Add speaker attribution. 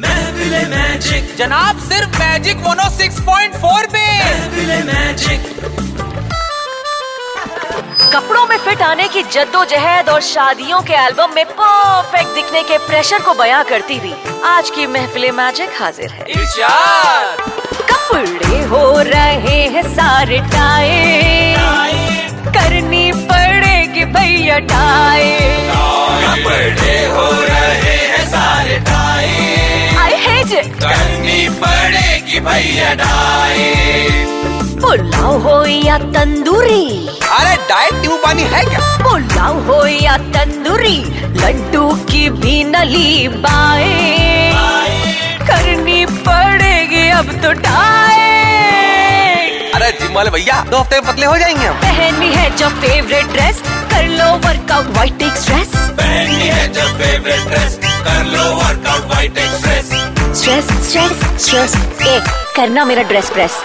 Speaker 1: महफिले magic
Speaker 2: जनाब सिर्फ magic mono 6.4 पे
Speaker 1: महफिले मैजिक
Speaker 3: कपड़ों में फिट आने की जद्दोजहद और शादियों के एल्बम में परफेक्ट दिखने के प्रेशर को बयां करती हुई आज की महफिल मैजिक हाजिर है
Speaker 2: इरशाद
Speaker 3: कपड़े हो रहे हैं सारे टाए करनी पड़ेगी भैया टाए
Speaker 1: कपड़े हो रहे हैं सारे टाई
Speaker 3: आई हेज
Speaker 1: करनी पड़ेगी भैया डाई
Speaker 3: पुलाव हो या तंदूरी
Speaker 2: अरे डाइट ट्यूब पानी है क्या
Speaker 3: पुलाव हो या तंदूरी लड्डू की भी नली बाए करनी पड़ेगी अब तो टाए
Speaker 2: अरे जिम वाले भैया दो हफ्ते में पतले हो जाएंगे हम
Speaker 3: पहनी है जो फेवरेट ड्रेस कर लो वर्कआउट वाइट एक स्ट्रेस
Speaker 1: पहनी है जब फेवरेट ड्रेस कर लो वर्कआउट वाइट एक्सप्रेस
Speaker 3: स्ट्रेस स्ट्रेस स्ट्रेस एक करना मेरा ड्रेस प्रेस